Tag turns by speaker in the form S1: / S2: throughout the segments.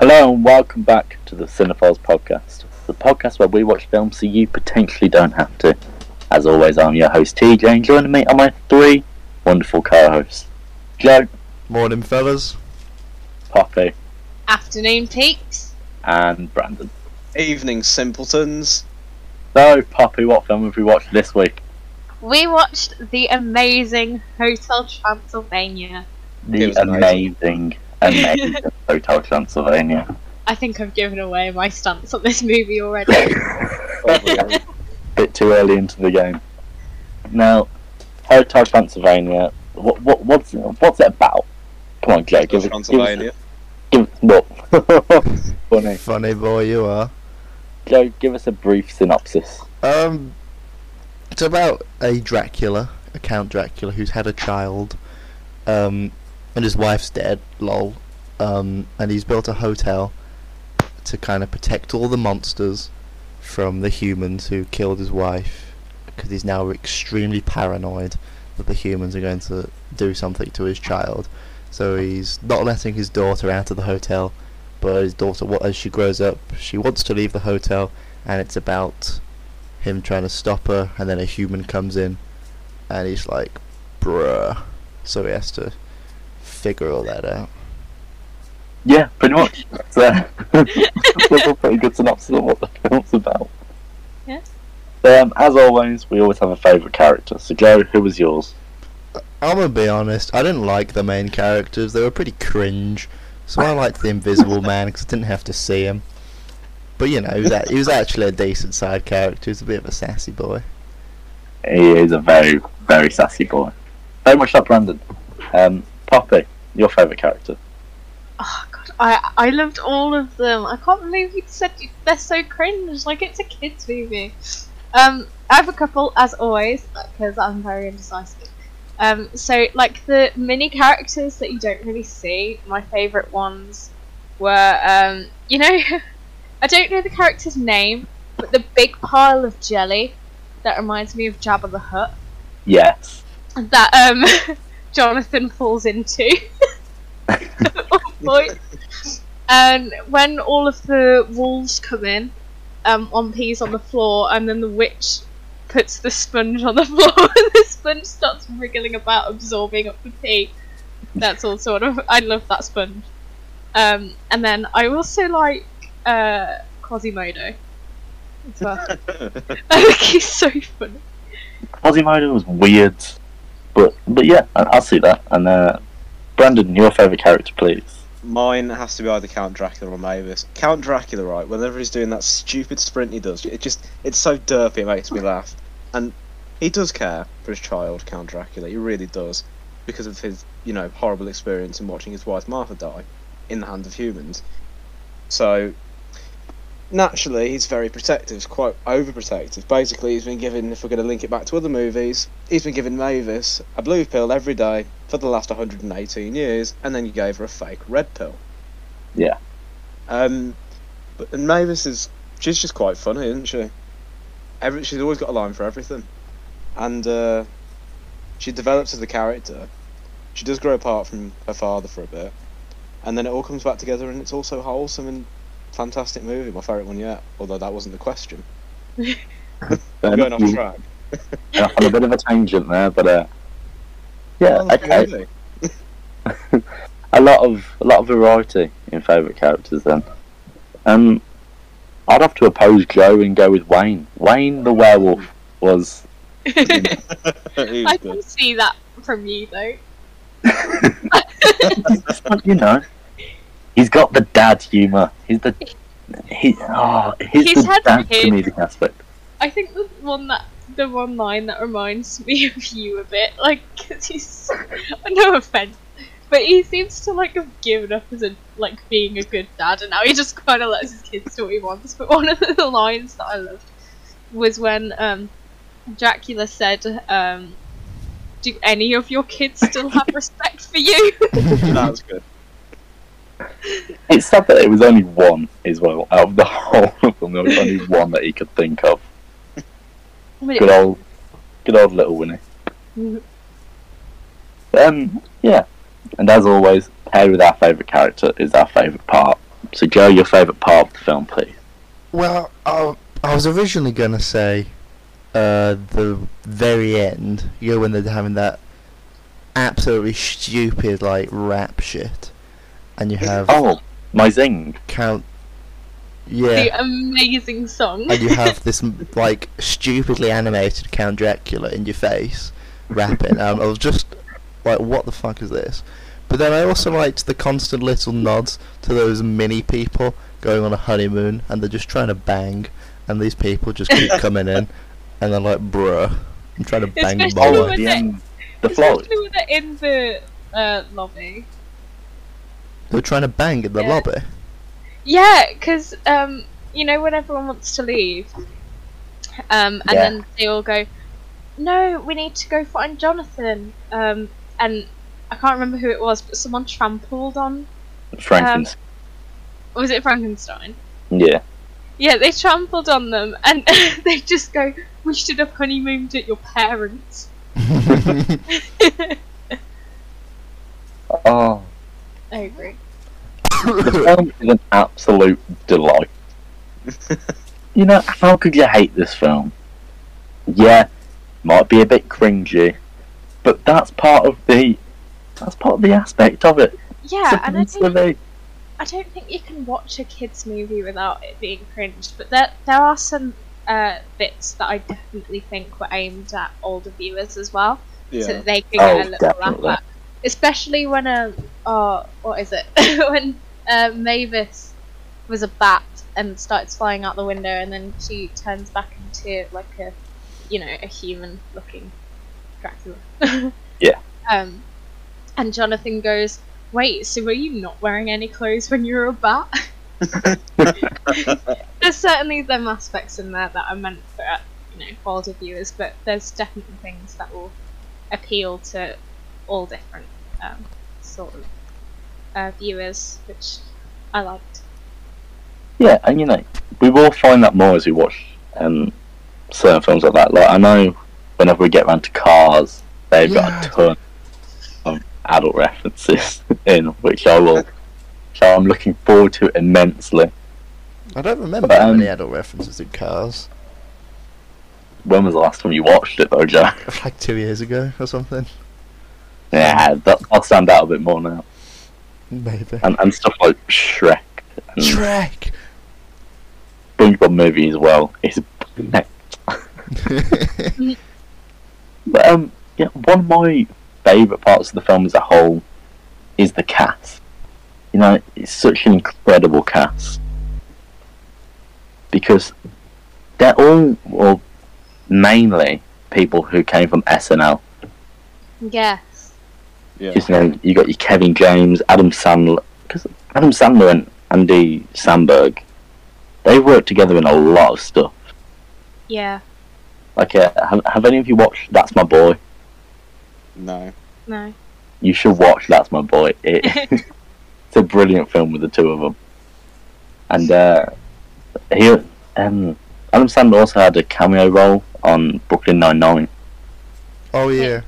S1: Hello and welcome back to the Cinephiles podcast, the podcast where we watch films so you potentially don't have to. As always, I'm your host TJ, and joining me are my three wonderful co-hosts, Joe,
S2: Morning, fellas.
S1: Poppy,
S3: Afternoon peaks.
S1: and Brandon.
S4: Evening, simpletons.
S1: So, Poppy, what film have we watched this week?
S3: We watched the amazing Hotel Transylvania.
S1: The
S4: was amazing.
S1: amazing, amazing Hotel Transylvania.
S3: I think I've given away my stance on this movie already.
S1: Bit too early into the game. Now, Hotel Transylvania. What, what what's what's it about? Come on, Joe. Give, us- give us-
S4: Transylvania.
S1: Give, well, funny.
S2: Funny boy you are.
S1: Joe, give us a brief synopsis.
S2: Um, it's about a Dracula, a Count Dracula, who's had a child, um, and his wife's dead. Lol. Um, and he's built a hotel to kind of protect all the monsters from the humans who killed his wife, because he's now extremely paranoid that the humans are going to do something to his child. So he's not letting his daughter out of the hotel, but his daughter, wa- as she grows up, she wants to leave the hotel, and it's about him trying to stop her, and then a human comes in, and he's like, bruh. So he has to figure all that out.
S1: Yeah, pretty much. That's, uh, that's a pretty good synopsis of what the film's about.
S3: Yeah.
S1: Um, as always, we always have a favourite character. So, Joe, who was yours?
S2: I'm gonna be honest, I didn't like the main characters, they were pretty cringe. So I liked the Invisible Man because I didn't have to see him. But you know, he was, a- he was actually a decent side character, he was a bit of a sassy boy.
S1: He is a very, very sassy boy. Very much like Brandon. Um, Poppy, your favourite character.
S3: oh god, I I loved all of them. I can't believe you said you, they're so cringe. Like it's a kids movie. Um, I have a couple as always because I'm very indecisive. Um, so like the mini characters that you don't really see, my favourite ones were um, you know, I don't know the character's name, but the big pile of jelly that reminds me of Jabba the Hutt
S1: Yes.
S3: that um Jonathan falls into at one point. And when all of the wolves come in, um, on peas on the floor, and then the witch puts the sponge on the floor, and the sponge starts wriggling about, absorbing up the pea. That's all sort of. I love that sponge. Um, and then I also like uh, Quasimodo as well. I think he's so funny.
S1: Quasimodo was weird. But, but yeah, I, I'll see that. And uh, Brandon, your favourite character, please.
S4: Mine has to be either Count Dracula or Mavis. Count Dracula, right? Whenever he's doing that stupid sprint he does, it just it's so derpy it makes me laugh. And he does care for his child, Count Dracula. He really does, because of his you know horrible experience in watching his wife Martha die in the hand of humans. So naturally, he's very protective, he's quite overprotective. Basically, he's been given, if we're going to link it back to other movies, he's been given Mavis a blue pill every day for the last 118 years, and then you gave her a fake red pill.
S1: Yeah.
S4: Um, but and Mavis is she's just quite funny, isn't she? Every, she's always got a line for everything, and uh, she develops as a character. She does grow apart from her father for a bit, and then it all comes back together, and it's also wholesome and fantastic movie. My favourite one yet, although that wasn't the question.
S1: Um,
S4: I'm going off track.
S1: Yeah, on a bit of a tangent there, but uh, yeah,
S4: Oh, that's a good
S1: okay.
S4: movie.
S1: A lot of a lot of variety in favourite characters then. Um, I'd have to oppose Joe and go with Wayne. Wayne the werewolf was
S4: He was
S3: I
S4: good.
S3: can see that from you though.
S1: you know he's got the dad humour. He's the he oh, he's,
S3: He's
S1: the
S3: had
S1: dad
S3: his-
S1: comedic aspect.
S3: I think the one that the one line that reminds me of you a bit, like, 'cause he's no offense, but he seems to like have given up as a like being a good dad, and now he just kind of lets his kids do what he wants. But one of the lines that I loved was when um, Dracula said, um, "Do any of your kids still have respect for you?"
S4: That was good.
S1: It's sad that it was only one as well out of the whole of them. There was only one that he could think of.
S3: I mean,
S1: Good old, good old little Winnie. Um, yeah. And as always, paired with our favourite character is our favourite part. So, Joe, your favourite part of the film, please.
S2: Well, I, I was originally gonna say uh, the very end, you know, when they're having that absolutely stupid like rap shit, and you have
S1: Oh, my zing.
S2: count, yeah,
S3: The amazing song.
S2: and you have this m- like stupidly animated Count Dracula in your face rapping. Um, I was just like, what the fuck is this? But then I also liked the constant little nods to those mini people going on a honeymoon and they're just trying to bang, and these people just keep coming in, and they're like, bruh, I'm trying to bang my
S3: Especially when
S1: Oh,
S2: wife."
S3: was
S1: the
S3: it?
S1: um, the float.
S3: Especially when they're in the uh, lobby.
S2: They're trying to bang in the
S3: Yeah.
S2: lobby.
S3: Yeah, because um, you know when everyone wants to leave, um, and
S1: Yeah.
S3: then they all go, "No, we need to go find Jonathan." Um, and I can't remember who it was, but someone trampled on.
S1: Frankenstein.
S3: Was it Frankenstein?
S1: yeah.
S3: Yeah, they trampled on them, and they just go, "We should have honeymooned at your parents."
S1: Oh,
S3: I agree.
S1: the film is an absolute delight. you know, how could you hate this film? Yeah, might be a bit cringy, but that's part of the that's part of the aspect of it.
S3: Yeah,
S1: So
S3: and I
S1: it's the
S3: think
S1: very-
S3: I don't think you can watch a kids movie without it being cringe, but there there are some uh, bits that I definitely think were aimed at older viewers as well, so
S4: Yeah.
S3: that they can
S1: Oh,
S3: get a little
S1: definitely.
S3: laugh at. Especially when um oh what is it when uh, Mavis was a bat and starts flying out the window, and then she turns back into like a you know a human looking Dracula.
S1: Yeah.
S3: Um, and Jonathan goes, "Wait, so were you not wearing any clothes when you were a bat?" there's certainly them aspects in there that are meant for uh, you know older viewers, but there's definitely things that will appeal to all different um, sort of uh, viewers, which I liked.
S1: yeah, and you know, we will find that more as we watch um, certain films like that. Like I know, whenever we get round to Cars, they've got
S2: Yeah.
S1: a ton of adult references in, which I will. So I'm looking forward to immensely.
S2: I don't remember how
S1: Um,
S2: many adult references in Cars.
S1: When was the last time you watched it, though, Joe?
S2: Like two years ago or something.
S1: Yeah, that, I'll stand out a bit more now.
S2: Maybe.
S1: And, and stuff like Shrek and
S2: Shrek!
S1: SpongeBob movie as well. It's brilliant. but um, yeah, one of my favourite parts of the film as a whole is the cast. You know, it's such an incredible cast because they're all, or mainly, people who came from SNL.
S3: Yes.
S4: yeah.
S1: Just, you know, you got your Kevin James, Adam Sandler, because Adam Sandler and Andy Samberg, they worked together in a lot of stuff.
S3: Yeah.
S1: Like, uh, have, have any of you watched That's My Boy?
S4: No.
S3: No.
S1: You should watch That's My Boy. It, it's a brilliant film with the two of them. And uh, he, um, Adam Sandler also had a cameo role on Brooklyn Nine Nine.
S2: oh yeah.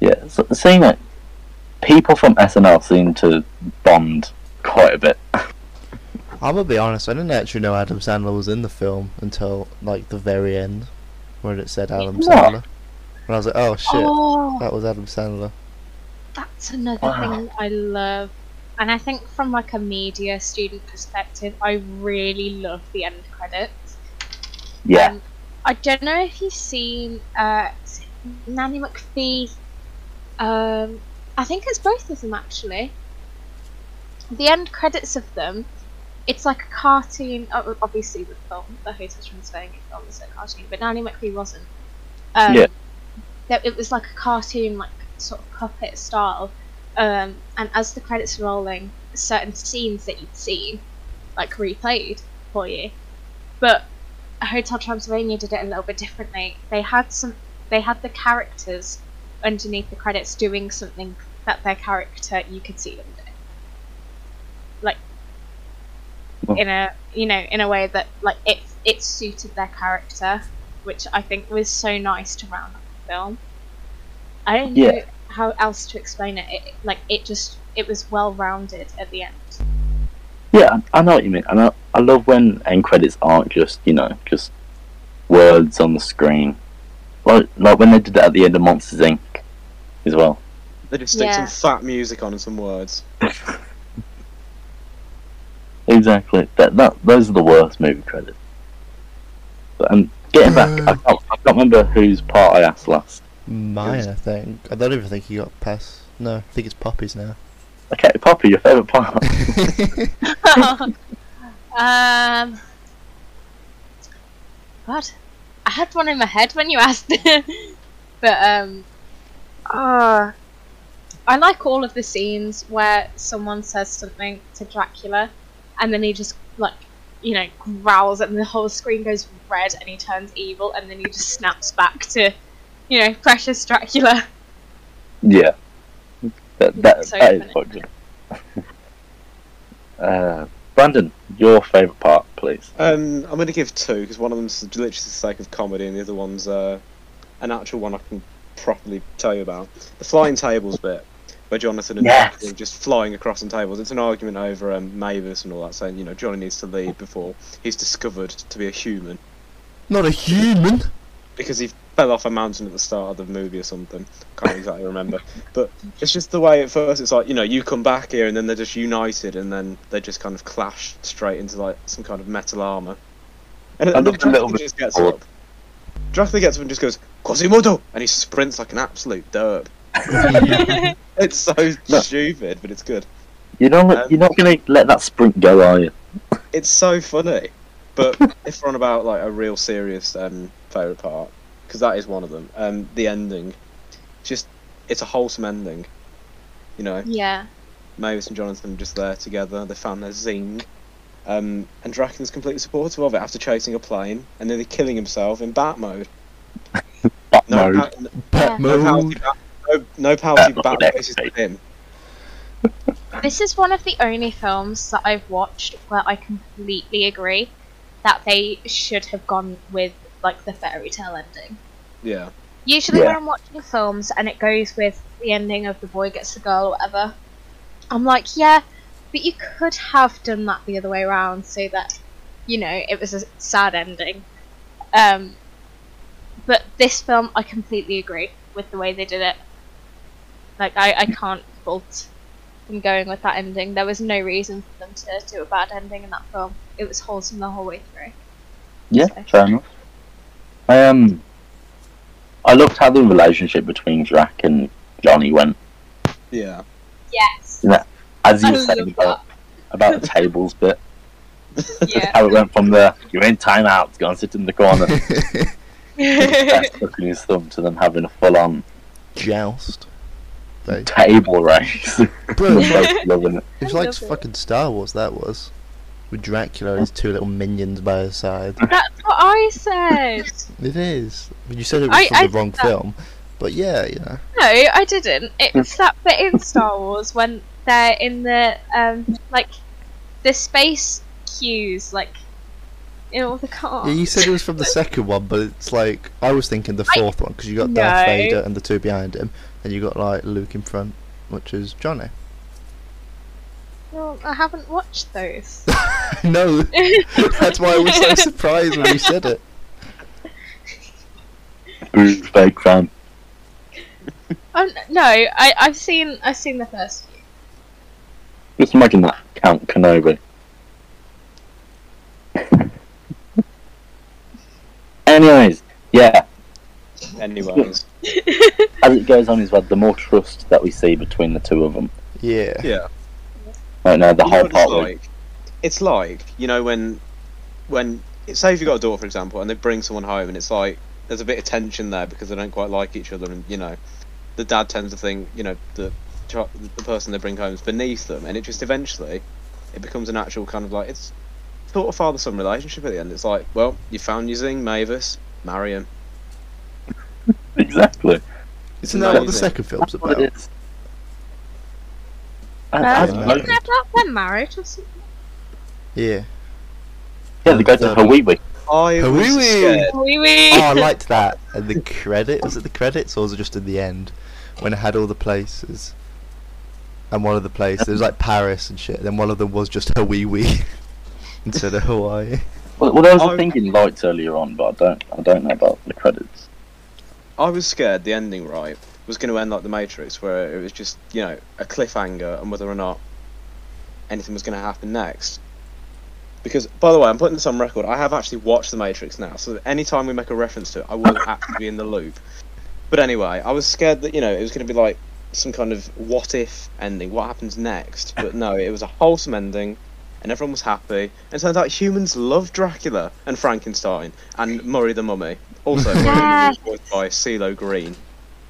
S1: Yeah, so seeing it, people from SNL seem to bond quite a bit.
S2: I'm gonna be honest. I didn't actually know Adam Sandler was in the film until like the very end, when it said Adam
S1: What?
S2: Sandler, and I was like, "Oh shit,
S3: Oh.
S2: that was Adam Sandler."
S3: That's another
S1: Wow.
S3: thing I love. And I think from like a media student perspective, I really love the end credits.
S1: Yeah,
S3: Um, I don't know if you've seen uh, is it Nanny McPhee. Um, I think it's both of them actually. The end credits of them, it's like a cartoon. o- Obviously, the film, the Hotel Transylvania film, is a cartoon, but Nanny McPhee wasn't. Um,
S1: Yeah.
S3: That it was like a cartoon, like sort of puppet style. Um, and as the credits were rolling, certain scenes that you'd seen, like replayed for you. But Hotel Transylvania did it a little bit differently. They had some, they had the characters underneath the credits doing something that their character you could see them do, like
S1: Well-
S3: in a you know in a way that like it it suited their character, which I think was so nice to round up the film. I don't know
S1: Yeah.
S3: how else to explain it. it. Like it just it was well rounded at the end.
S1: Yeah, I I know what you mean, and I, I love when end credits aren't just you know just words on the screen, like like when they did that at the end of Monsters Inc. as well.
S4: They just stick
S3: Yeah.
S4: some fat music on and some words.
S1: Exactly. That, that those are the worst movie credits. But um, getting back, I can't, I can't remember whose part I asked last.
S2: Mine, I think. I don't even think he got past. No, I think it's Poppy's now.
S1: Okay, Poppy, your favourite part.
S3: um, God, I had one in my head when you asked, but um, uh, I like all of the scenes where someone says something to Dracula, and then he just like, you know, growls, and the whole screen goes red, and he turns evil, and then he just snaps back to, you know, precious Dracula.
S1: yeah. That, that,
S3: So
S1: that is
S3: funny.
S1: quite good. uh, Brandon, your favourite part, please.
S4: Um, I'm going to give two because one of them's literally for the sake of comedy, and the other one's uh, an actual one I can properly tell you about. The flying tables bit, where Jonathan and
S1: Yes.
S4: Dracula are just flying across on tables. It's an argument over um, Mavis and all that, saying you know Johnny needs to leave before he's discovered to be a human
S2: Not a human!
S4: because he fell off a mountain at the start of the movie or something. Can't exactly remember, but it's just the way at first it's like you know you come back here and then they're just united and then they just kind of clash straight into like some kind of metal armor. And,
S1: I
S4: and then
S1: looked a little
S4: Dracula
S1: bit
S4: just gets
S1: forward.
S4: up. Dracula gets up and just goes Quasimodo, and he sprints like an absolute derp. It's so
S1: No.
S4: stupid, but it's good.
S1: You know,
S4: Um,
S1: you're not going to let that sprint go, are you?
S4: It's so funny. But if we're on about like a real serious um, favorite part, because that is one of them, um, the ending, just it's a wholesome ending. You know,
S3: yeah.
S4: Mavis and Jonathan just there together. They found their zing, um, and Dracula's completely supportive of it after chasing a plane and nearly killing himself in bat mode.
S1: Bat
S4: No,
S1: mode.
S4: pa-
S2: Bat
S4: no,
S2: mode!
S4: pouty bat, no, no pouty
S1: Bat
S4: bat
S1: mode,
S4: faces
S1: okay.
S4: to him.
S3: This is one of the only films that I've watched where I completely agree that they should have gone with like the fairy tale ending.
S4: Yeah,
S3: Usually when
S1: Yeah.
S3: I'm watching films and it goes with the ending of the boy gets the girl or whatever, I'm like, yeah, but you could have done that the other way around so that, you know, it was a sad ending. Um, but this film, I completely agree with the way they did it. Like, I, I can't fault them going with that ending. There was no reason for them to do a bad ending in that film. It was wholesome the whole way through.
S1: Yeah,
S3: So-
S1: fair enough. I um, I loved how the relationship between Drac and Johnny went.
S4: yeah.
S3: Yes.
S1: As you
S3: I
S1: were
S3: love
S1: saying
S3: that.
S1: about, about the tables bit,
S3: Yeah.
S1: how it went from the you're in timeout, go and sit in the corner, that's looking his thumb to them having a full on
S2: Joust. They-
S1: table race.
S2: Bro,
S1: They're both loving it.
S2: It was
S3: I
S2: like
S3: love it.
S2: fucking Star Wars, that was. With Dracula and his two little minions by his side.
S3: That's what I said.
S2: It is. But you said it was
S3: I-
S2: from
S3: I
S2: the wrong
S3: did that.
S2: film. But yeah, you know.
S3: No, I didn't. It's that bit in Star Wars when they're in the um like the space queues, like in all the cars.
S2: Yeah, you said it was from the second one, but it's like I was thinking the
S3: I-
S2: fourth one because you got
S3: No.
S2: Darth Vader and the two behind him, and you got like Luke in front, which is Johnny.
S3: Well, I haven't watched those.
S2: no, that's why I was so surprised when you said it.
S1: Boo, Fake fan.
S3: Um, no, I, I've seen I've seen the first few.
S1: Just imagine that Count Kenobi. Anyways, yeah,
S4: Anyways,
S1: as it goes on as well, the more trust that we see between the two of them.
S2: Yeah.
S4: yeah.
S1: Right now, the whole
S4: You know what it's
S1: part where-
S4: like? It's like you know when, when say if you got a daughter, for example, and they bring someone home, and it's like there's a bit of tension there because they don't quite like each other, and you know, the dad tends to think you know the chi- the person they bring home is beneath them, and it just eventually it becomes an actual kind of like it's sort of father son relationship at the end. It's like well you found your zing, Mavis, marry him.
S1: exactly.
S2: Isn't that what the
S4: Amazing.
S2: second film's
S1: That's what
S2: about?
S1: it is. I, I
S3: Um,
S1: don't
S2: Right.
S1: know.
S3: Isn't that about their marriage or something?
S2: Yeah.
S1: Yeah, they go to
S2: Um,
S1: Hawiwi.
S4: I was
S2: Hooey-wee.
S4: scared.
S3: Wee wee.
S2: Oh, I liked that. And the credit was it the credits or was it just in the end when it had all the places? and one of the places it was like Paris and shit. Then one of them was just her wee wee instead of Hawaii.
S1: Well, well there was
S4: Oh.
S1: a thing in lights earlier on, but I don't, I don't know about the credits.
S4: I was scared the ending right was going to end like the Matrix, where it was just you know a cliffhanger and whether or not anything was going to happen next. Because by the way, I'm putting this on record. I have actually watched the Matrix now, so anytime we make a reference to it, I will actually be in the loop. But anyway, I was scared that you know it was going to be like some kind of what if ending, what happens next. But no, it was a wholesome ending. And everyone was happy. And it turns out humans love Dracula and Frankenstein and Murray the Mummy. Also, Murray the Mummy was voiced by CeeLo Green.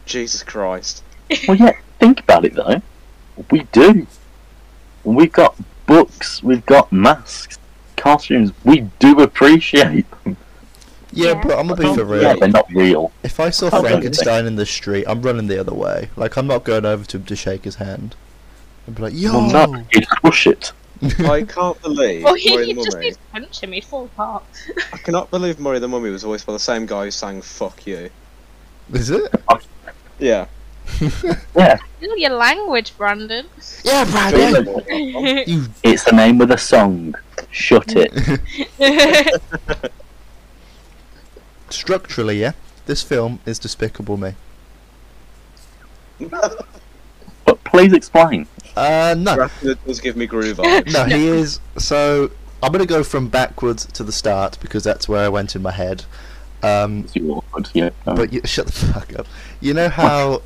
S4: Jesus Christ.
S1: Well, yeah, think about it though. We do. We've got books, we've got masks, costumes. We do appreciate them.
S2: Yeah,
S3: Yeah.
S2: but I'm gonna be for real.
S1: Yeah, they're not real.
S2: If I saw
S1: Oh, don't
S2: Frankenstein in the street, I'm running the other way. Like I'm not going over to him to shake his hand. I'd be like, yo.
S1: Well, no, you crush it.
S4: I can't believe
S3: Well,
S4: Murray
S3: he,
S4: the
S3: you just
S4: Mummy.
S3: need to punch him, he'd fall apart.
S4: I cannot believe Murray the Mummy was voiced by the same guy who sang Fuck You.
S2: Is it?
S4: Yeah.
S3: Know your language, Brandon.
S2: Yeah,
S1: Brandon.
S2: You.
S1: It's the name with a song. Shut it.
S2: Structurally, yeah. This film is despicable me.
S1: But please explain.
S2: Uh, no.
S4: Dracula does give me groove on.
S2: No, he is. So I'm gonna go from backwards to the start because that's where I went in my head. Um,
S1: It's your word, yeah. no.
S2: but you, shut the fuck up. You know how?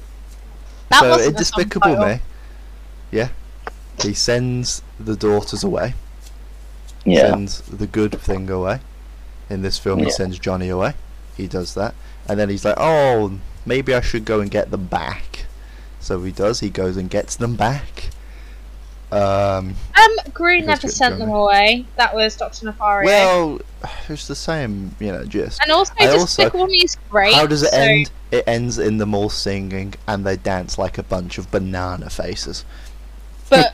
S3: That
S2: so
S3: wasn't
S2: in
S3: a
S2: Despicable
S3: subtitle.
S2: Me, yeah, he sends the daughters away.
S1: yeah.
S2: Sends the good thing away. In this film, he
S1: Yeah.
S2: sends Johnny away. He does that, and then he's like, "Oh, maybe I should go and get them back." So he does. He goes and gets them back. Um,
S3: Um, Green
S2: Let's
S3: never
S2: get
S3: sent them
S2: Johnny.
S3: away. That was Dr. Nefario.
S2: well, it's the same, you know, gist.
S3: and also,
S2: I also-
S3: Despicable Me is great.
S2: How does it
S3: so-
S2: end? It ends in them all singing and they dance like a bunch of banana faces.
S3: But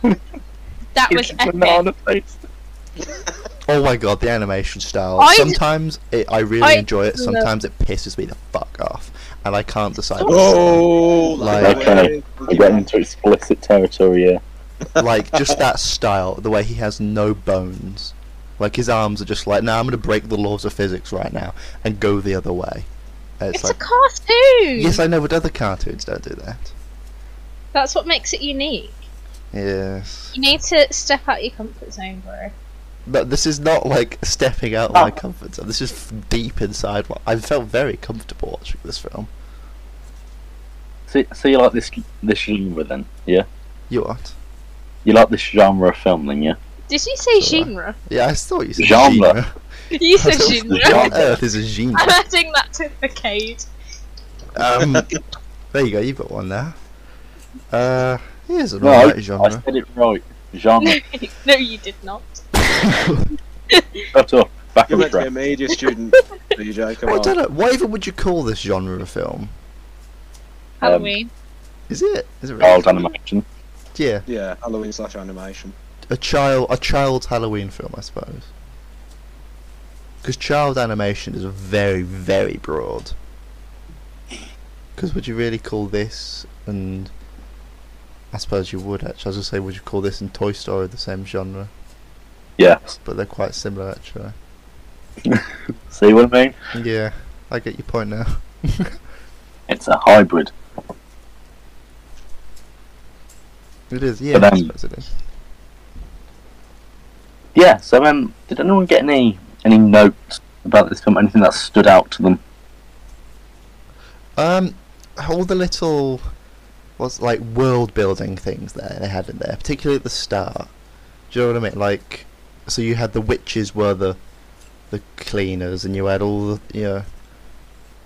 S3: that was
S1: Fucking
S3: epic.
S1: banana face.
S2: Oh my god, the animation style.
S3: I-
S2: sometimes it, I really
S3: I
S2: enjoy it,
S3: love-
S2: sometimes it pisses me the fuck off. And I can't decide.
S4: Oh,
S2: Like-
S1: Okay. We're getting into explicit territory here.
S2: like, just that style, the way he has no bones. Like, his arms are just like, nah, I'm gonna break the laws of physics right now and go the other way. And
S3: It's
S2: it's
S3: a
S2: like,
S3: cartoon!
S2: yes, I know, but other cartoons don't do that.
S3: That's what makes it unique.
S2: Yes.
S3: You need to step out your comfort zone, bro.
S2: But this is not like stepping out of
S1: Oh.
S2: my comfort zone. This is f- deep inside. What I felt very comfortable watching this film.
S1: So, so you like this this genre then? Yeah.
S2: You what?
S1: You like this genre of film then? Yeah.
S3: Did you say
S2: Sure.
S3: genre?
S2: Yeah, I thought you said
S1: Genre.
S3: You said
S1: Genre.
S3: genre.
S2: What on earth is a
S3: I'm
S2: genre?
S3: adding that to the cade.
S2: um, there you go. You've got one there. Uh, here's an
S1: No,
S2: alright
S1: I
S2: genre.
S1: said it right. Genre.
S3: no, you did not.
S2: Um,
S1: Shut up. Back
S4: You're
S1: on
S4: meant to be a
S1: track.
S4: media student, DJ. Come
S2: I don't
S4: on.
S2: know. What even would you call this genre of film?
S3: Halloween.
S2: Is it? Is it really?
S1: Child animation.
S2: Yeah,
S4: Yeah, Halloween slash animation.
S2: a child, a child's Halloween film, I suppose. Because child animation is very, very broad. Because would you really call this and I suppose you would actually. I was gonna say, would you call this and Toy Story the same genre?
S1: Yes.
S2: But they're quite similar actually.
S1: See what I mean?
S2: Yeah, I get your point now.
S1: It's a hybrid.
S2: It is, yeah. I
S1: um,
S2: suppose it is.
S1: Yeah. So, um, did anyone get any any notes about this film? Anything that stood out to them?
S2: Um, all the little, what's like world building things that they had in there, particularly at the start. Do you know what I mean? Like, so you had the witches were the, the cleaners, and you had all the you know,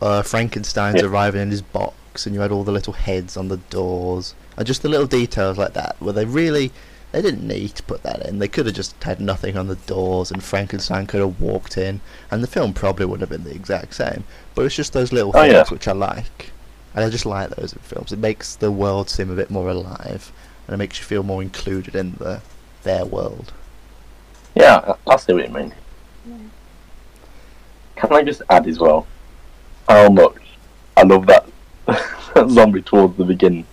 S2: uh, Frankenstein's
S1: Yeah.
S2: arriving in his box, and you had all the little heads on the doors, and just the little details like that, where they really. They didn't need to put that in. They could have just had nothing on the doors, and Frankenstein could have walked in, and the film probably would have been the exact same. But it's just those little
S1: Oh,
S2: things
S1: yeah.
S2: which I like, and I just like those in films. It makes the world seem a bit more alive, and it makes you feel more included in the their world.
S1: Yeah, I I see what you mean. Can I just add as well how much I love that, that zombie towards the beginning?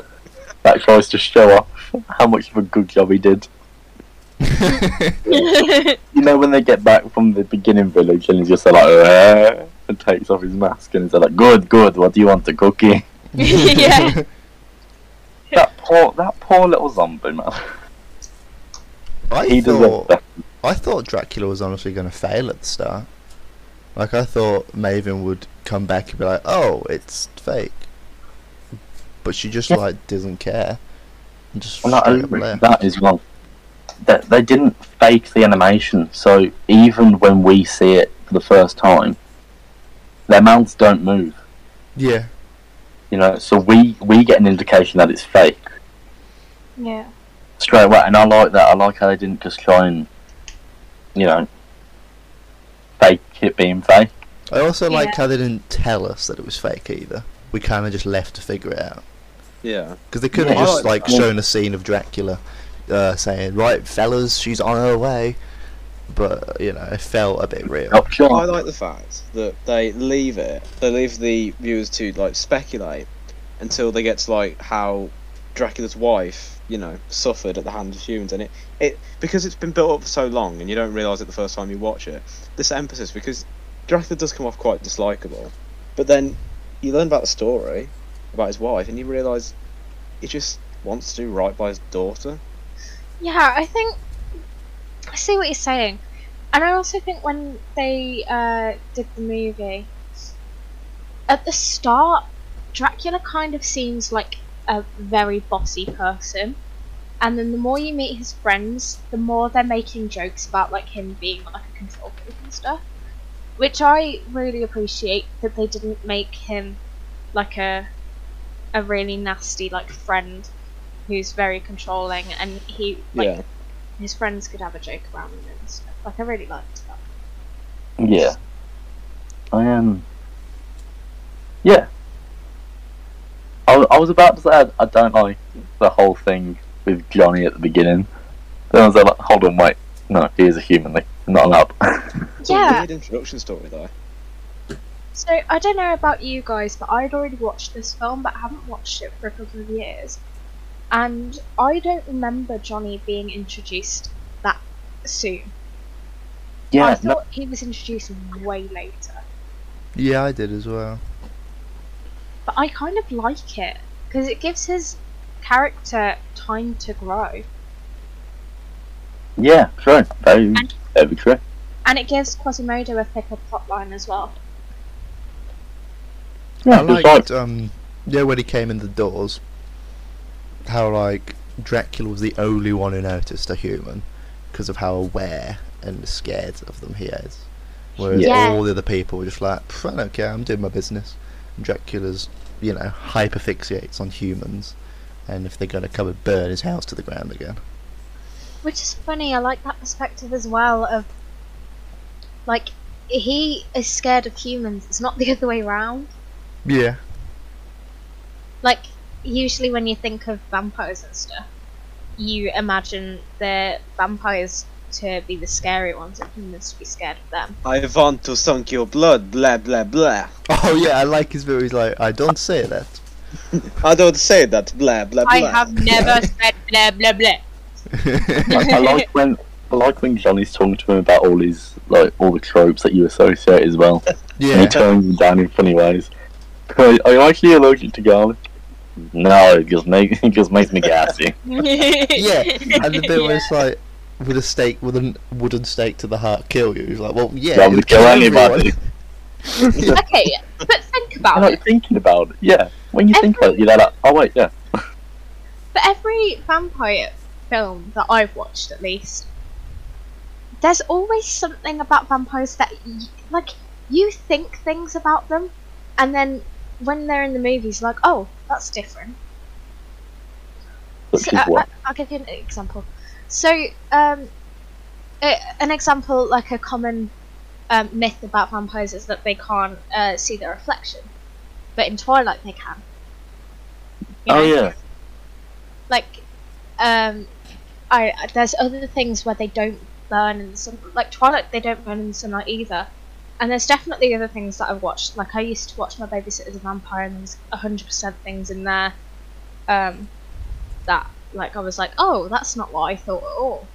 S1: That tries to show off how much of a good job he did. You know when they get back from the beginning village and he's just like, "Eh," and takes off his mask and he's like, good, good, what do you want, a cookie?
S3: Yeah.
S1: That poor, that poor little zombie man.
S2: I
S1: He deserves
S2: thought
S1: better.
S2: I thought Dracula was honestly going to fail at the start. Like I thought Maven would come back and be like, "Oh, it's fake," but she just
S1: Yeah.
S2: like doesn't care. And just
S1: Well, not
S2: straight
S1: only
S2: up left.
S1: that is wrong. That they didn't fake the animation, so even when we see it for the first time, their mouths don't move.
S2: Yeah,
S1: You know, so we we get an indication that it's fake
S3: yeah.
S1: straight away, and I like that. I like how they didn't just try and, you know, fake it being fake.
S2: I also like
S3: Yeah.
S2: how they didn't tell us that it was fake either. We kind of just left to figure it out
S4: Yeah.
S2: because they could have
S1: Yeah, I
S2: just
S1: like
S2: like
S1: that.
S2: shown a scene of Dracula uh, saying, "Right, fellas, she's on her way," but you know, it felt a bit real.
S1: Not sure.
S4: I like the fact that they leave it. They leave the viewers to like speculate until they get to like how Dracula's wife, you know, suffered at the hands of humans, and it, it because it's been built up for so long, and you don't realise it the first time you watch it. This emphasis because Dracula does come off quite dislikable, but then you learn about the story about his wife, and you realise he just wants to do right by his daughter.
S3: Yeah, I think I see what you're saying, and I also think when they uh, did the movie, at the start, Dracula kind of seems like a very bossy person, and then the more you meet his friends, the more they're making jokes about like him being like a control freak and stuff, which I really appreciate that they didn't make him like a a really nasty like friend who's very controlling and he like
S4: yeah,
S3: his friends could have a joke around him and stuff. Like I really liked that.
S1: Yeah. I Um, yeah. I, wa- I was about to say I, I don't like the whole thing with Johnny at the beginning. Then I was like, hold on, wait. No, he is a human. Like, not allowed.
S4: it's a
S3: Yeah.
S4: weird introduction story though.
S3: So I don't know about you guys, but I'd already watched this film, but I haven't watched it for a couple of years, and I don't remember Johnny being introduced that soon. I
S1: yeah,
S3: thought
S1: no,
S3: he was introduced way later,
S2: Yeah, I did as well.
S3: but I kind of like it because it gives his character time to grow,
S1: yeah, true. Very,
S3: And-
S1: very true.
S3: and it gives Quasimodo a thicker plotline as well.
S1: Yeah,
S2: I
S1: it was
S2: liked, um, yeah, when he came in the doors, how like Dracula was the only one who noticed a human because of how aware and scared of them he is. Whereas
S3: Yeah.
S2: all the other people were just like, "Pff, I don't care, I'm doing my business. And Dracula's, you know, hyperfixiates on humans, and if they're going to come and burn his house to the ground again.
S3: Which is funny, I like that perspective as well of like he is scared of humans, it's not the other way around.
S2: Yeah.
S3: Like usually when you think of vampires and stuff, you imagine the vampires to be the scary ones and humans to be scared of them.
S4: I want to sunk your blood, blah blah blah.
S2: Oh yeah, I like his bit where he's like, I don't say that.
S4: I don't say that, blah blah blah.
S3: I have never said blah blah blah.
S1: I, I like when I like when Johnny's talking to him about all his like all the tropes that you associate as well. And
S2: yeah.
S1: he turns them down in funny ways. Are are you actually allergic to garlic? No, it just makes it just makes me gassy.
S2: yeah, and the bit where
S3: Yeah.
S2: it's like, would a stake, would a wooden stake to the heart kill you? He's like, well, yeah,
S1: That
S2: it
S1: would
S2: would
S1: kill
S2: kill
S1: anybody.
S2: everyone.
S3: okay, but think
S1: I'm
S3: about it.
S1: like thinking about it. Yeah, when you think about it, you're like, oh wait, yeah,
S3: For every vampire film that I've watched, at least, there's always something about vampires that, y- like, you think things about them, and then when they're in the movies, like, oh, that's different.
S1: which
S3: So, uh,
S1: is
S3: I,
S1: what.
S3: will give you an example. So, um, a, an example, like a common um, myth about vampires is that they can't uh, see their reflection, but in Twilight they can. You
S1: Oh
S3: know?
S1: yeah,
S3: like um I there's other things where they don't burn in the sun like Twilight they don't burn in the sunlight either. And there's definitely other things that I've watched. Like I used to watch My Babysitter's a Vampire and there's hundred percent things in there um that like I was like, oh, that's not what I thought at all.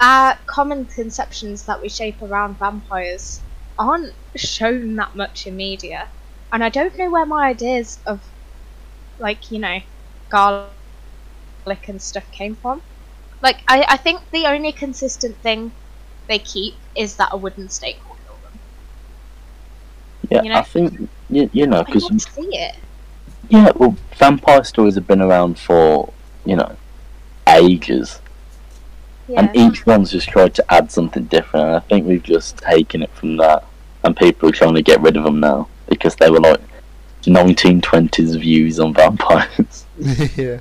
S3: Our common conceptions that we shape around vampires aren't shown that much in media, and I don't know where my ideas of like you know garlic and stuff came from. Like I, I think the only consistent thing they keep is that a wooden stake will kill them.
S1: Yeah,
S3: You know?
S1: I think you, you know
S3: I don't
S1: because
S3: see it.
S1: yeah, well, vampire stories have been around for you know ages.
S3: Yeah.
S1: And each one's just tried to add something different, and I think we've just taken it from that. And people are trying to get rid of them now because they were like 1920s views on vampires.
S2: yeah.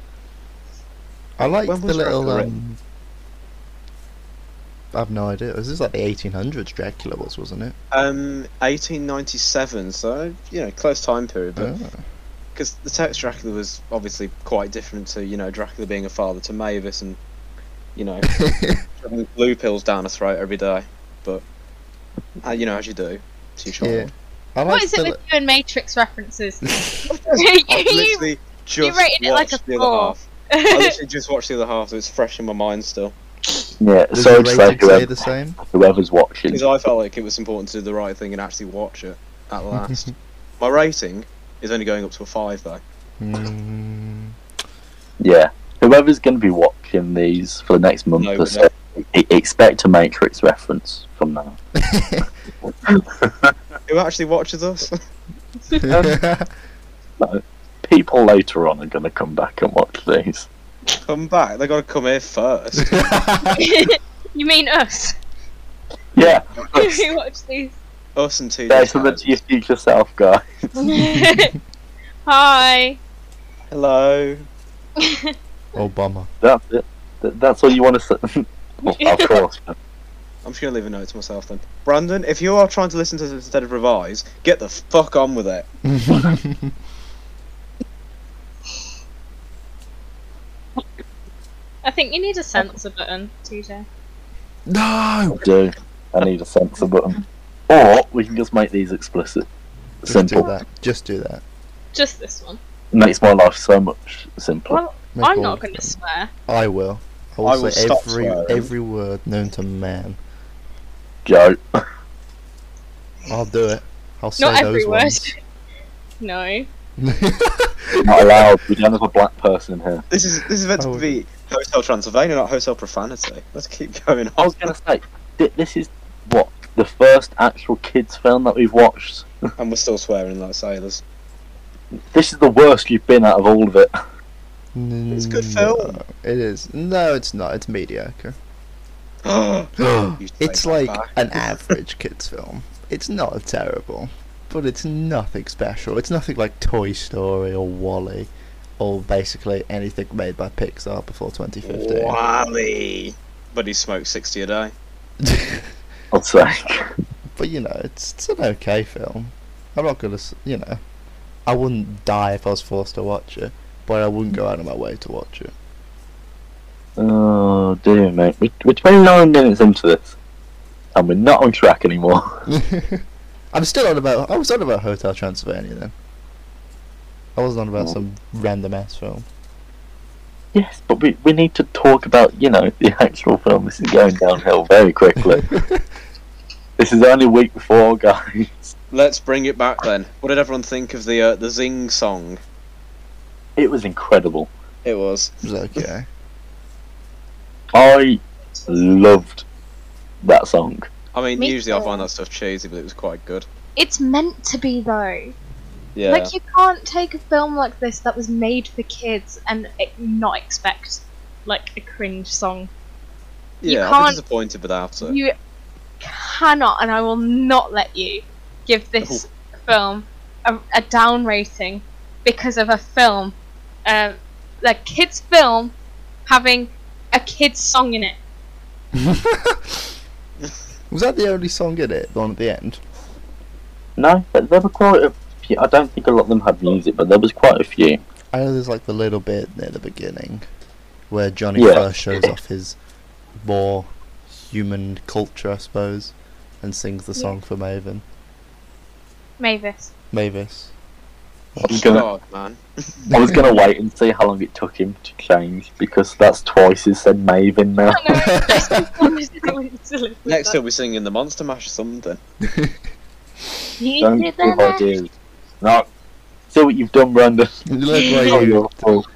S2: I liked
S4: When
S2: the
S4: was
S2: little.
S4: Dracula written?
S2: Um, I've no idea. This is like the 1800s Dracula was, wasn't it?
S4: Um, 1897, so you know, close time period.
S1: Oh,
S4: But
S2: Ah.
S4: because the text Dracula was obviously quite different to you know Dracula being a father to Mavis and you know shoving blue pills down her throat every day, but uh, you know as you do to your
S2: Yeah.
S4: child.
S2: I
S3: what
S2: liked
S3: is it
S2: the
S3: with you and Matrix references?
S4: I
S3: You-
S4: literally just
S3: rated it like
S4: watched
S3: a
S4: the other
S3: four.
S4: half. I literally just watched the other half, so it's fresh in my mind still.
S1: Yeah,
S2: Does
S1: so
S2: the
S1: it's like
S2: rating say
S1: whoever,
S2: the same?
S1: whoever's watching.
S4: Because I felt like it was important to do the right thing and actually watch it at last. my rating is only going up to a five though.
S3: Um,
S2: Mm,
S1: Yeah, whoever's going to be watching these for the next month
S4: No,
S1: or
S4: but
S1: so, e- expect a Matrix reference from now.
S4: Who actually watches us?
S1: People later on are going to come back and watch these.
S4: come back. They gotta come here first.
S3: you mean us?
S1: Yeah,
S3: we watch these.
S4: Us and two.
S1: there's something to your future self, guy.
S3: Hi.
S4: Hello.
S2: Obama.
S1: That's it. Th- That's all you want to say. well, of course. but-
S4: I'm just gonna leave a note to myself then. Brandon, if you are trying to listen to this instead of revise, get the fuck on with it.
S3: I think you need a censor button, TJ.
S1: I
S2: no!
S1: do. I need a censor button. Or we can just make these explicit.
S2: Just do
S1: Simple.
S2: that. Just do that.
S3: Just this one.
S1: Makes my life so much simpler.
S3: Well,
S2: Make
S3: I'm
S2: all
S3: not
S2: of
S3: going
S2: them.
S3: to swear.
S2: I will. I will,
S4: I will
S2: say
S4: stop
S2: every
S4: swearing.
S2: every word known to man.
S1: Joe.
S2: I'll do it. I'll say
S3: Not
S2: those
S3: every word.
S2: ones.
S3: No.
S1: Not allowed. We don't have a black person here.
S4: This is this is meant
S2: Oh,
S4: to be Hotel Transylvania, not Hotel Profanity. Let's keep going on.
S1: I was going to say, thi- this is what? The first actual kids film that we've watched.
S4: And we're still swearing like sailors.
S1: This is the worst you've been out of all of it.
S4: It's a good
S2: No,
S4: film.
S2: It is. No, it's not. It's mediocre.
S4: You take
S2: it's
S4: that
S2: like
S4: back.
S2: an average kids film. It's not terrible, but it's nothing special. It's nothing like Toy Story or Wally, or basically anything made by Pixar before 2015.
S4: Wally. But he smokes sixty a day.
S1: I'll say.
S2: But you know, it's it's an okay film. I'm not gonna, s- you know, I wouldn't die if I was forced to watch it, but I wouldn't go out of my way to watch it.
S1: Oh dear, mate. We- We're 29 minutes into this, and we're not on track anymore.
S2: I'm still on about. I was on about Hotel Transylvania then. I wasn't on about
S1: Oh.
S2: some random ass film.
S1: yes, but we, we need to talk about, you know, the actual film. This is going downhill very quickly. this is only week four, guys.
S4: Let's bring it back then. What did everyone think of the uh, the Zing song?
S1: It was incredible.
S4: It was.
S2: It was okay.
S1: I loved that song.
S4: I mean,
S3: Me
S4: usually I
S3: too.
S4: find that stuff cheesy, but it was quite good.
S3: It's meant to be, though.
S4: Yeah.
S3: Like, you can't take a film like this that was made for kids and e- not expect, like, a cringe song. you
S4: yeah, I'd
S3: can't-
S4: be disappointed without it.
S3: You cannot, and I will not let you give this
S4: Oh.
S3: film a, a down rating because of a film, uh, a kids' film having a kids' song in it.
S2: Was that the only song in it? The one at the end?
S1: No, but there were quite a few. I don't think a lot of them had music, but there was quite a few.
S2: I know there's like the little bit near the beginning where Johnny
S1: Yeah.
S2: first shows off his more human culture, I suppose, and sings the
S3: Yeah.
S2: song for Maven.
S3: Mavis.
S2: Mavis.
S1: I'm gonna,
S4: God, man.
S1: I was gonna wait and see how long it took him to change because that's twice he said Maven now.
S3: I know. I just wanted to live to live with
S4: Next
S3: that.
S4: he'll be singing the Monster Mash or something.
S3: He
S1: Don't
S3: did
S1: give
S3: that.
S1: ideas. No. See what you've done, Brandon.
S2: Look
S1: Oh,
S2: where you.
S1: you're a fool.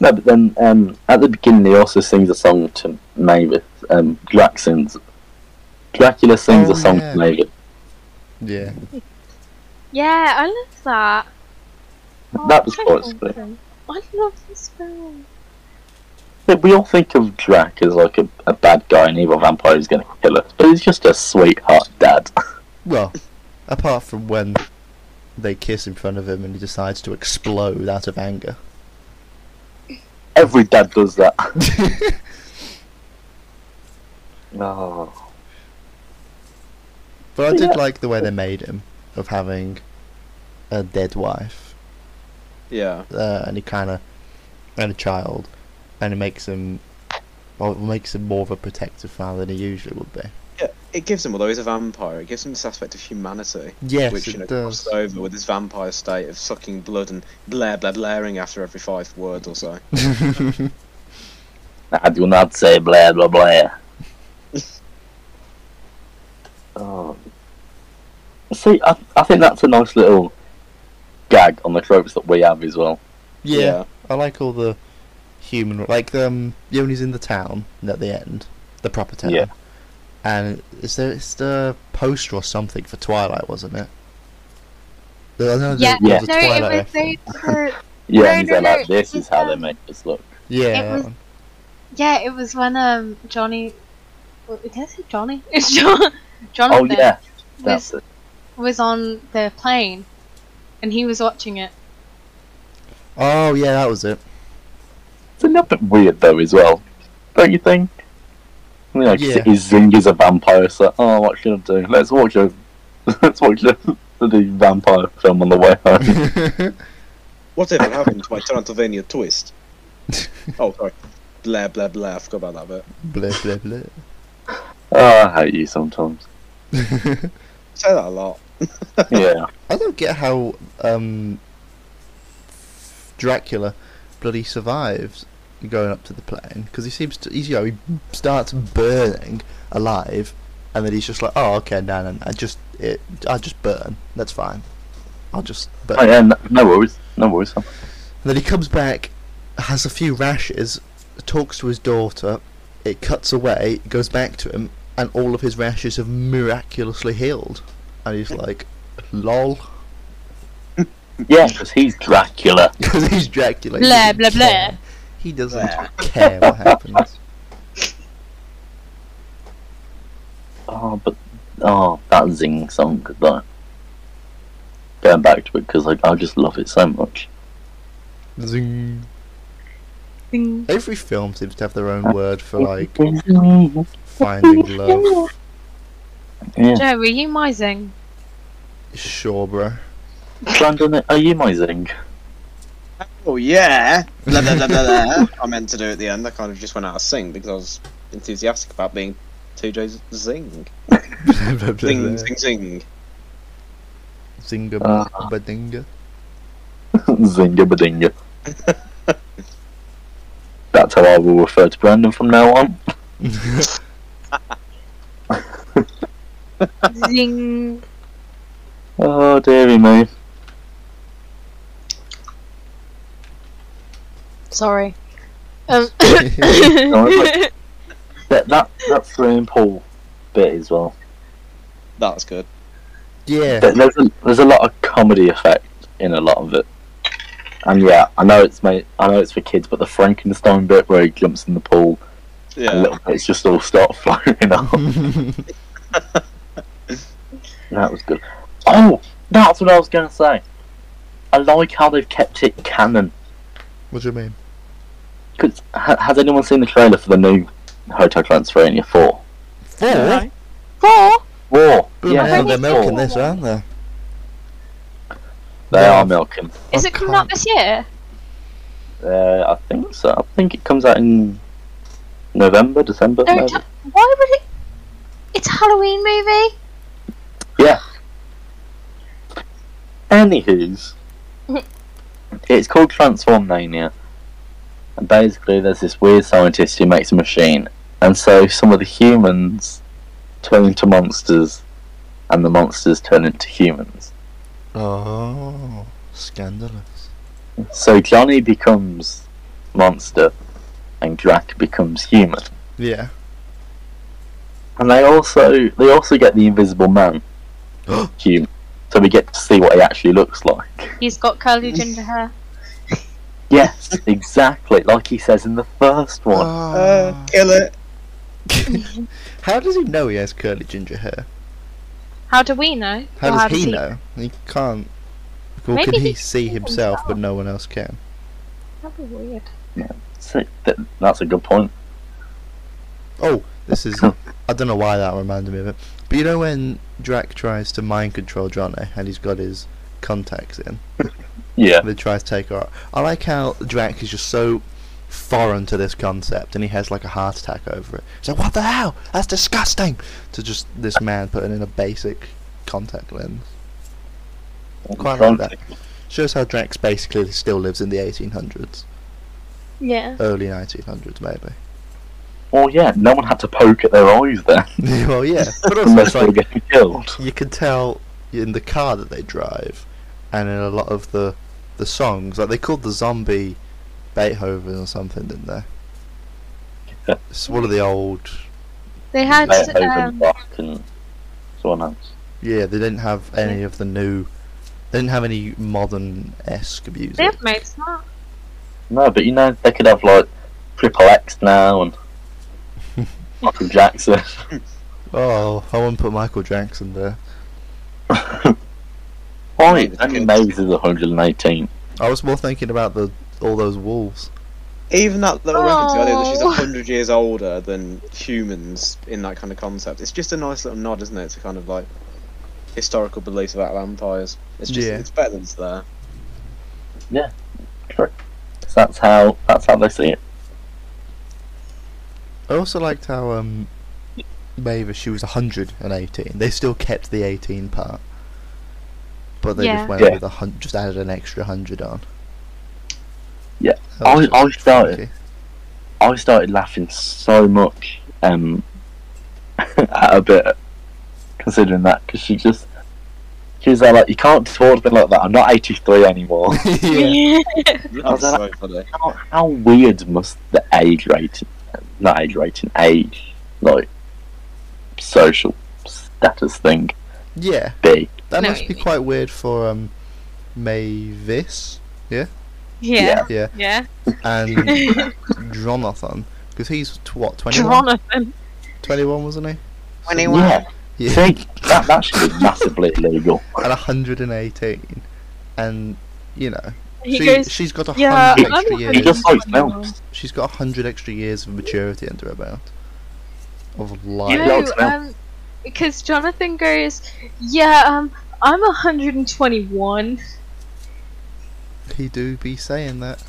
S1: No, but then um, at the beginning he also sings a song to Mavis. Um, Drac sings. Dracula sings
S2: Oh,
S1: a song
S2: yeah.
S1: to Mavis.
S2: Yeah.
S3: Yeah, I love that.
S1: That was
S3: I
S1: quite
S3: love
S1: sweet.
S3: them. I love this film.
S1: But We all think of Drac as like a, a bad guy, and evil vampire who's going to kill us. But he's just a sweetheart dad.
S2: Well, apart from when they kiss in front of him and he decides to explode out of anger.
S1: Every dad does that. No.
S2: But I did
S1: Yeah.
S2: like the way they made him of having a dead wife
S4: Yeah.
S2: uh, and he kind of and a child, and it makes him well, it makes him more of a protective father than he usually would be.
S4: Yeah. It gives him, although he's a vampire, it gives him this aspect of humanity.
S2: Yes,
S4: which you know
S2: it
S4: crosses
S2: does.
S4: over with this vampire state of sucking blood and blare blare blaring after every five words or so.
S1: I do not say blah blah blah. um, see, I, I think that's a nice little gag on the tropes that we have as well.
S2: yeah, I like all the human, like um, you know, when he's in the town and at the end, the proper town.
S1: Yeah.
S2: And is there it's the poster or something for Twilight, wasn't it? I know
S3: Yeah,
S2: there was a
S3: no, it
S2: Twilight
S3: was,
S2: reference.
S3: they, were-
S1: Yeah,
S3: No,
S1: and
S3: no,
S1: they're
S3: no,
S1: like, this is how they
S3: um,
S1: make us look.
S2: yeah,
S3: it was- yeah, it was when um Johnny. well, Did I say Johnny? It's John.
S1: Oh,
S3: Jonathan
S1: yeah, that's
S3: was,
S1: it.
S3: was on the plane, and he was watching it.
S2: Oh yeah, that was it.
S1: It's a little bit weird, though, as well. Don't you think? You know,
S2: Yeah.
S1: he's Zing is a vampire, so, oh, what should I do? Let's watch a, let's watch a, the vampire film on the way home.
S4: What ever happened to my Tarantovania twist? oh, sorry. Blah blah blah. I forgot about that bit.
S2: blah blah blah.
S1: oh, I hate you sometimes.
S4: I say that a lot.
S1: Yeah.
S2: I don't get how um, Dracula bloody survives going up to the plane because he seems to he's, you know he starts burning alive and then he's just like oh okay no no no I just it I just burn that's fine I'll just burn
S1: Oh,
S2: and
S1: yeah, no, no worries. No worries.
S2: then he comes back has a few rashes talks to his daughter it cuts away goes back to him and all of his rashes have miraculously healed and he's like lol
S1: Yeah, because he's Dracula.
S2: Because he's Dracula. he
S3: Blah,
S2: doesn't
S3: blah, blah.
S2: care. He doesn't
S4: Blah.
S2: care what happens.
S1: Oh, but oh, that Zing song though. Going back to it because like I just love it so much.
S2: Zing.
S3: Ding.
S2: Every film seems to have their own word for like
S1: yeah,
S2: finding love.
S3: Joe, were you my zing?
S2: Sure, bro.
S1: Brandon, are you my Zing?
S4: Oh yeah. Blah blah blah blah. blah. I meant to do at the end. I kind of just went out of sync because I was enthusiastic about being 2J's zing.
S2: Blah, blah, blah,
S4: Zing
S2: blah.
S4: zing Uh. zing.
S2: Zinger,
S1: Ah.
S2: badinga.
S1: Zinga badinga. That's how I will refer to Brandon from now on.
S3: zing.
S1: Oh dearie me.
S3: Sorry. Um,
S1: like- That that that swimming pool bit as well.
S4: That's good.
S2: yeah.
S1: There- There's a, there's a lot of comedy effect in a lot of it. And yeah, I know it's made, I know it's for kids, but the Frankenstein bit where he jumps in the pool and
S4: Yeah.
S1: little bits just all start floating up.
S2: Mm-hmm.
S1: That was good. Oh, that's what I was gonna say. I like how they've kept it canon.
S2: what do you mean?
S1: 'Cause ha- has anyone seen the trailer for the new Hotel Transylvania Four?
S2: Four?
S3: Four.
S1: Four.
S2: Bloody
S1: Yeah,
S2: hell,
S3: I've
S2: they're
S3: only
S2: milking
S3: seen
S2: this,
S3: one.
S2: aren't they?
S1: They are milking.
S3: Is
S2: I
S3: it coming out
S2: can't-
S3: this year?
S1: Uh, I think so. I think it comes out in November, December.
S3: Don't
S1: maybe.
S3: t- Why would it? It's a Halloween movie.
S1: Anywho's, It's called Transformania. And basically, there's this weird scientist who makes a machine. And so some of the humans turn into monsters, and the monsters turn into humans.
S2: Oh, scandalous.
S1: So Johnny becomes monster, and Drac becomes human.
S2: Yeah.
S1: And they also they also get the Invisible Man human. So we get to see what he actually looks like.
S3: He's got curly ginger hair.
S1: Yes, exactly, like he says in the first one.
S2: Oh.
S4: Uh, kill it.
S2: Ah. How does he know he has curly ginger hair?
S3: How do we know?
S2: How
S3: Or
S2: does he know? He can't. Or
S3: Maybe
S2: can he
S3: he
S2: see
S3: can
S2: himself, but no one else can?
S3: That'd be weird.
S1: So th- that's a good point.
S2: Oh, this is. I don't know why that reminded me of it. But you know when Drac tries to mind control Johnny and he's got his contacts in?
S1: Yeah.
S2: They try to take her out. I like how Drac is just so foreign to this concept and he has like a heart attack over it. He's like, what the hell? That's disgusting! To just this man putting in a basic contact lens. Quite like that. Shows how Drax basically still lives in the 1800s.
S3: Yeah.
S2: Early 1900s, maybe.
S1: Well, yeah, no one had to poke at their eyes then,
S2: well, yeah. But also,
S1: unless
S2: it's
S1: they were
S2: like,
S1: getting killed.
S2: you can tell in the car that they drive and in a lot of the, the songs. Like, they called the zombie Beethoven or something, didn't they?
S1: Yeah.
S2: It's one of the old.
S3: They had
S1: Beethoven,
S3: um,
S1: Bach, and someone else.
S2: Yeah, they didn't have any of the new. They didn't have any modern esque music.
S3: they have made smart.
S1: No, but you know, they could have like Triple X now and Michael Jackson.
S2: Oh, I wouldn't put Michael Jackson there.
S1: Why? Only Maze is 118.
S2: I was more thinking about the all those wolves.
S4: Even that little reference, the idea that she's
S3: Oh.
S4: 100 years older than humans in that kind of concept, it's just a nice little nod, isn't it? It's a kind of like historical beliefs about vampires. It's just,
S2: Yeah.
S4: it's better than it's there.
S1: So that's how that's how they see it.
S2: I also liked how um, Mavis, she was 118. They still kept the 18 part. But they
S3: Yeah.
S2: just went
S1: Yeah.
S2: with a hun- just added an extra 100 on.
S1: Yeah.
S2: That was
S1: I- I
S2: just
S1: started.
S2: funky.
S1: I started laughing so much um, at a bit, considering that, because she just. She was there like, you can't talk to me like that. I'm not 83 anymore.
S2: yeah.
S4: That's
S1: that-
S4: so funny.
S1: how, how weird must the age rating, not age rating, age, like, social status thing
S2: Yeah.
S1: be?
S2: That
S3: No,
S2: must
S3: you
S2: be
S3: mean-
S2: quite weird for um, Mavis
S3: yeah.
S2: Yeah.
S3: Yeah.
S2: and Jonathan. Because he's, t- what, 21?
S3: Jonathan.
S2: 21, wasn't he?
S1: Yeah,
S2: Yeah.
S1: see, that, that should be massively illegal.
S2: And 118. And, you know,
S3: He
S2: she,
S3: goes.
S2: she's got a 100
S3: Yeah, I'm
S2: extra years.
S1: He just like
S3: Illegal.
S1: melts.
S2: She's got a hundred extra years of maturity under her belt. Of
S1: You
S2: life.
S1: know-
S3: No,
S1: Dogs now.
S3: um, because Jonathan goes, yeah, um, I'm 121.
S2: He do be saying that.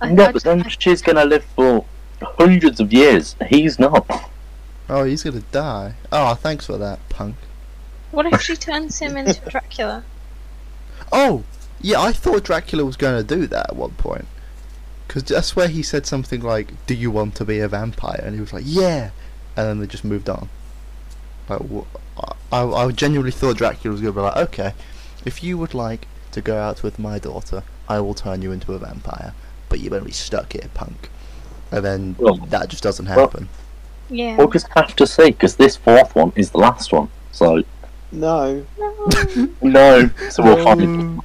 S3: I-
S1: No,
S3: I-
S1: but then she's gonna live for hundreds of years. He's not.
S2: Oh, he's gonna die. Oh, thanks for that, punk.
S3: what if she turns him into Dracula?
S2: Oh, yeah, I thought Dracula was gonna do that at one point. Because that's where he said something like, Do you want to be a vampire? And he was like, Yeah! And then they just moved on. Like, wha- I, I genuinely thought Dracula was gonna be like, Okay, if you would like to go out with my daughter, I will turn you into a vampire. But you're gonna be stuck here, punk. And then
S1: Well-
S2: that just doesn't
S1: well-
S2: happen.
S3: Yeah.
S1: We'll just have to see, because this fourth one is the last one. So,
S4: No.
S3: No.
S1: no. So we'll find it.
S2: Um,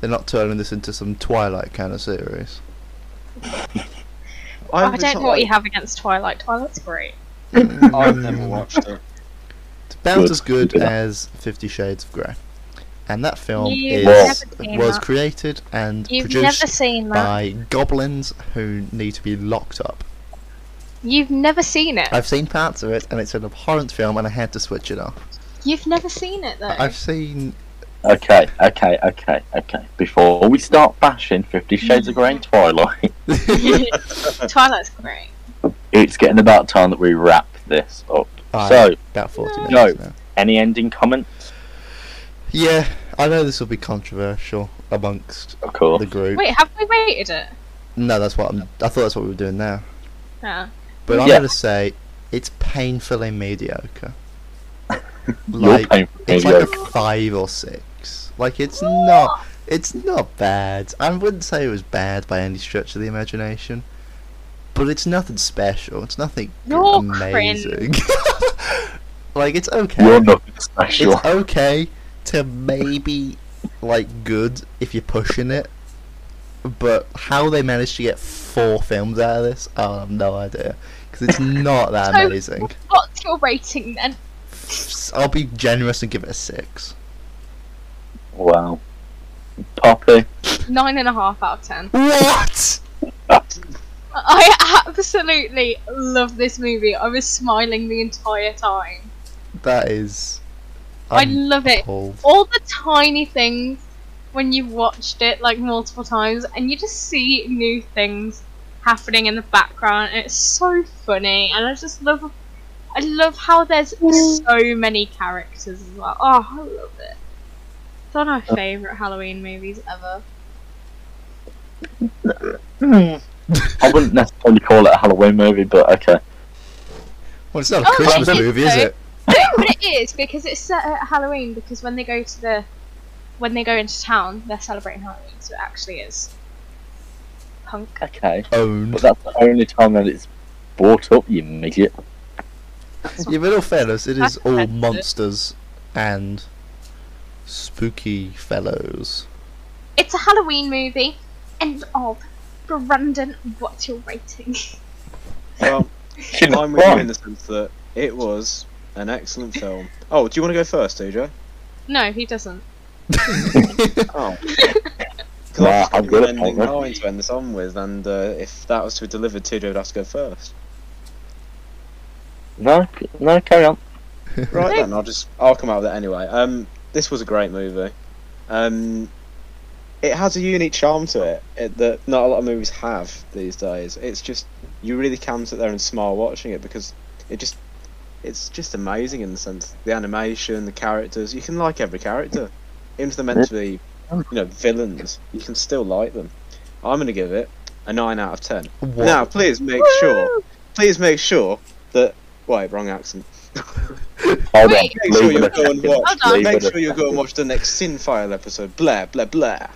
S2: They're not turning this into some Twilight kind of series.
S3: Oh, I don't know what you have against Twilight. Twilight's great.
S4: I've never watched it.
S2: It's about
S1: Good.
S2: as good
S1: Good.
S2: as Fifty Shades of Grey. And that film
S3: You've
S2: is
S3: never seen
S2: was
S3: that.
S2: created and
S3: You've
S2: produced
S3: never seen that.
S2: by goblins who need to be locked up.
S3: You've never seen it.
S2: I've seen parts of it and it's an abhorrent film and I had to switch it off.
S3: You've never seen it though.
S2: I've seen
S1: Okay, okay, okay, okay. Before we start bashing Fifty Shades of Grey and Twilight,
S3: Twilight's great.
S1: it's getting about time that we wrap this up.
S2: I-
S1: So,
S2: uh, about forty
S1: No.
S2: minutes now.
S1: any ending comments?
S2: Yeah, I know this will be controversial, amongst
S1: Of course.
S2: the group.
S3: Wait, have we rated it?
S2: No, that's what I'm, I thought that's what we were doing now.
S3: Yeah.
S2: But I'm
S1: Yeah.
S2: gonna say it's painfully mediocre.
S1: You're
S2: like
S1: paying for
S2: it's
S1: mediocre.
S2: like a five or six. Like it's not it's not bad. I wouldn't say it was bad by any stretch of the imagination. But it's nothing special. It's nothing
S3: You're
S2: amazing. like it's okay.
S1: You're not special.
S2: It's okay to maybe like good if you're pushing it, but how they managed to get four films out of this, I have no idea because it's not that
S3: So-
S2: amazing.
S3: What's your rating then?
S2: I'll be generous and give it a six.
S1: Wow. Poppy.
S3: Nine and a half out of ten.
S2: What?
S3: I absolutely love this movie. I was smiling the entire time.
S2: That is.
S3: I
S2: I'm
S3: love it.
S2: appalled.
S3: all the tiny things when you've watched it like multiple times and you just see new things happening in the background and it's so funny and I just love I love how there's so many characters as well. Oh, I love it. It's one of my favourite Halloween movies ever.
S1: I wouldn't necessarily call it a Halloween movie, but okay.
S2: Well, it's not a
S3: Oh,
S2: Christmas
S3: it's
S2: movie,
S3: so-
S2: is it?
S3: No, but it is because it's set at Halloween because when they go to the when they go into town they're celebrating Halloween so it actually is punk.
S1: Okay.
S2: Owned.
S1: But that's the only time that it's brought up, you midget.
S2: Yeah, but in all fairness, it is
S3: That's
S2: all
S3: offensive.
S2: monsters and spooky fellows.
S3: It's a Halloween movie. End of. Brandon, what's your rating?
S4: Well,
S1: Shouldn't
S4: I'm with you in the sense that it was an excellent film. Oh, do you want to go first, AJ?
S3: No, he doesn't.
S4: Oh. Because
S1: Nah,
S4: I've
S1: I'm
S4: got
S1: good
S4: an
S1: at
S4: ending
S1: Pokémon.
S4: nine to end this on with, and uh, if that was to be delivered, Tudo would have to go first.
S1: No, no, carry on.
S4: Right then, I'll just I'll come out with it anyway. Um, this was a great movie. Um, it has a unique charm to it, it that not a lot of movies have these days. It's just you really can sit there and smile watching it because it just it's just amazing in the sense the animation, the characters. You can like every character, even if they're meant to be you know villains. You can still like them. I'm gonna give it a nine out of ten.
S2: What?
S4: Now, please make sure, please make sure that wait, wrong accent.
S1: Hold
S3: Wait.
S1: on.
S4: Make sure
S1: Leave it
S4: you
S1: a
S4: go and
S1: second.
S4: watch.
S3: Hold on.
S1: Leave
S4: Make
S1: it a
S4: sure you go and watch the next Sinfile episode. Blah blah blah.